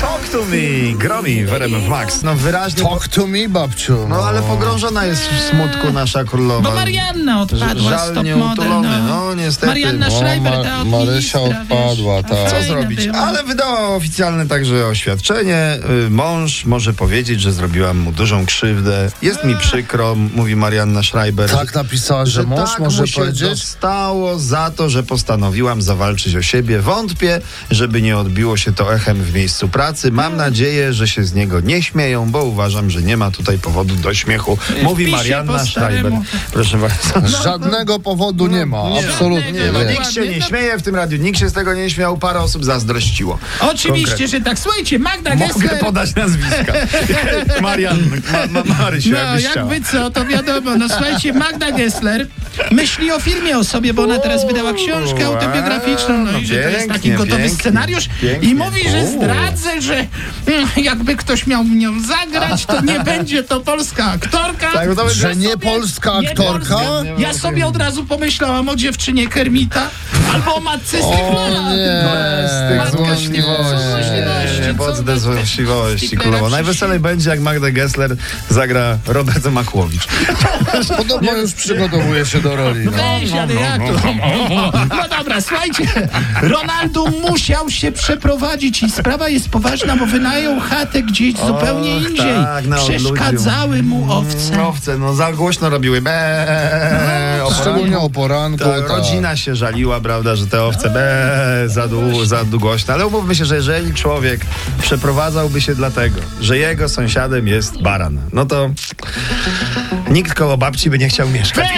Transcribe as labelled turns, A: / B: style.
A: Talk to me! Gromi w RMF Max.
B: No wyraźnie.
C: Talk to me, babciu.
B: No ale pogrążona jest w smutku nasza królowa.
D: Bo Marianna odpadła
B: Żal
D: z top model.
B: nieutulony,
D: No.
B: no niestety.
D: Marianna
C: No,
D: Schreiber,
C: Ma-
D: ta od
C: Marysia
D: ministra,
C: odpadła,
D: wiesz,
C: tak.
D: a
C: Co
B: Co
D: fajna
B: zrobić?
D: była.
B: Ale wydała oficjalne także oświadczenie. Y, Mąż może powiedzieć, że zrobiłam mu dużą krzywdę. Jest mi przykro, mówi Marianna Schreiber.
C: Tak napisała, że, mąż
B: tak
C: może
B: mu się
C: powiedzieć.
B: dostało za to, że postanowiłam zawalczyć o siebie. Wątpię, żeby nie odbiło się to echem w miejscu pracy. Mam nadzieję, że się z niego nie śmieją, bo uważam, że nie ma tutaj powodu do śmiechu. Mówi
D: Wpisie
B: Marianna
D: po staremu.
B: Schreiber. Proszę bardzo.
C: Żadnego powodu nie ma,
B: No, nie,
C: absolutnie.
B: Nie ma,
D: Nie.
B: nikt się nie śmieje w tym radiu, nikt się z tego nie śmiał, parę osób zazdrościło.
D: Oczywiście,
B: Konkretnie.
D: że tak. Słuchajcie, Magda
A: Mogę
D: Gessler.
A: podać nazwiska. Marian, ma, ma, Marysiu,
D: No,
A: jakbyś chciała.
D: jakby co, to wiadomo. No słuchajcie, Magda Gessler myśli o filmie o sobie, bo ona teraz wydała książkę
B: Uuu,
D: autobiograficzną, no
B: no
D: i że to jest taki
B: pięknie,
D: gotowy
B: pięknie,
D: scenariusz
B: pięknie.
D: i mówi, że
B: Uuu.
D: zdradzę, że mm, jakby ktoś miał nią zagrać, to nie będzie to polska aktorka.
B: Tak, to będzie-
C: Że nie polska aktorka?
D: Ja sobie od razu pomyślałam o dziewczynie Kermita albo o matce Stiflera.
C: O nie,
B: Bez tych
D: Matka
C: złośliwości.
D: złośliwości.
B: Nie,
D: co
B: Pod
D: wy-
B: te złośliwości
D: Stiglera
B: królowa.
D: przyszli.
B: Najweselej będzie, jak Magda Gessler zagra Roberta Makłowicz.
C: Podobno już przygotowuje się do roli. No.
D: Weź, ale jak to? No dobra, słuchajcie. Ronaldo musiał się przeprowadzić i sprawa jest poważna, bo wynajął chatę gdzieś zupełnie
B: Och,
D: indziej.
B: tak, na odludziu.
D: Przeszkadzały mu owce.
B: Owce, no za głośno robiły. Be, o
C: Szczególnie
B: poranku.
C: o poranku.
B: Ta
C: tak.
B: No, rodzina się żaliła, prawda, że te owce be, za, dłu, za dłu- głośno. Ale umówmy się, że jeżeli człowiek przeprowadzałby się dlatego, że jego sąsiadem jest baran, no to nikt koło babci by nie chciał mieszkać.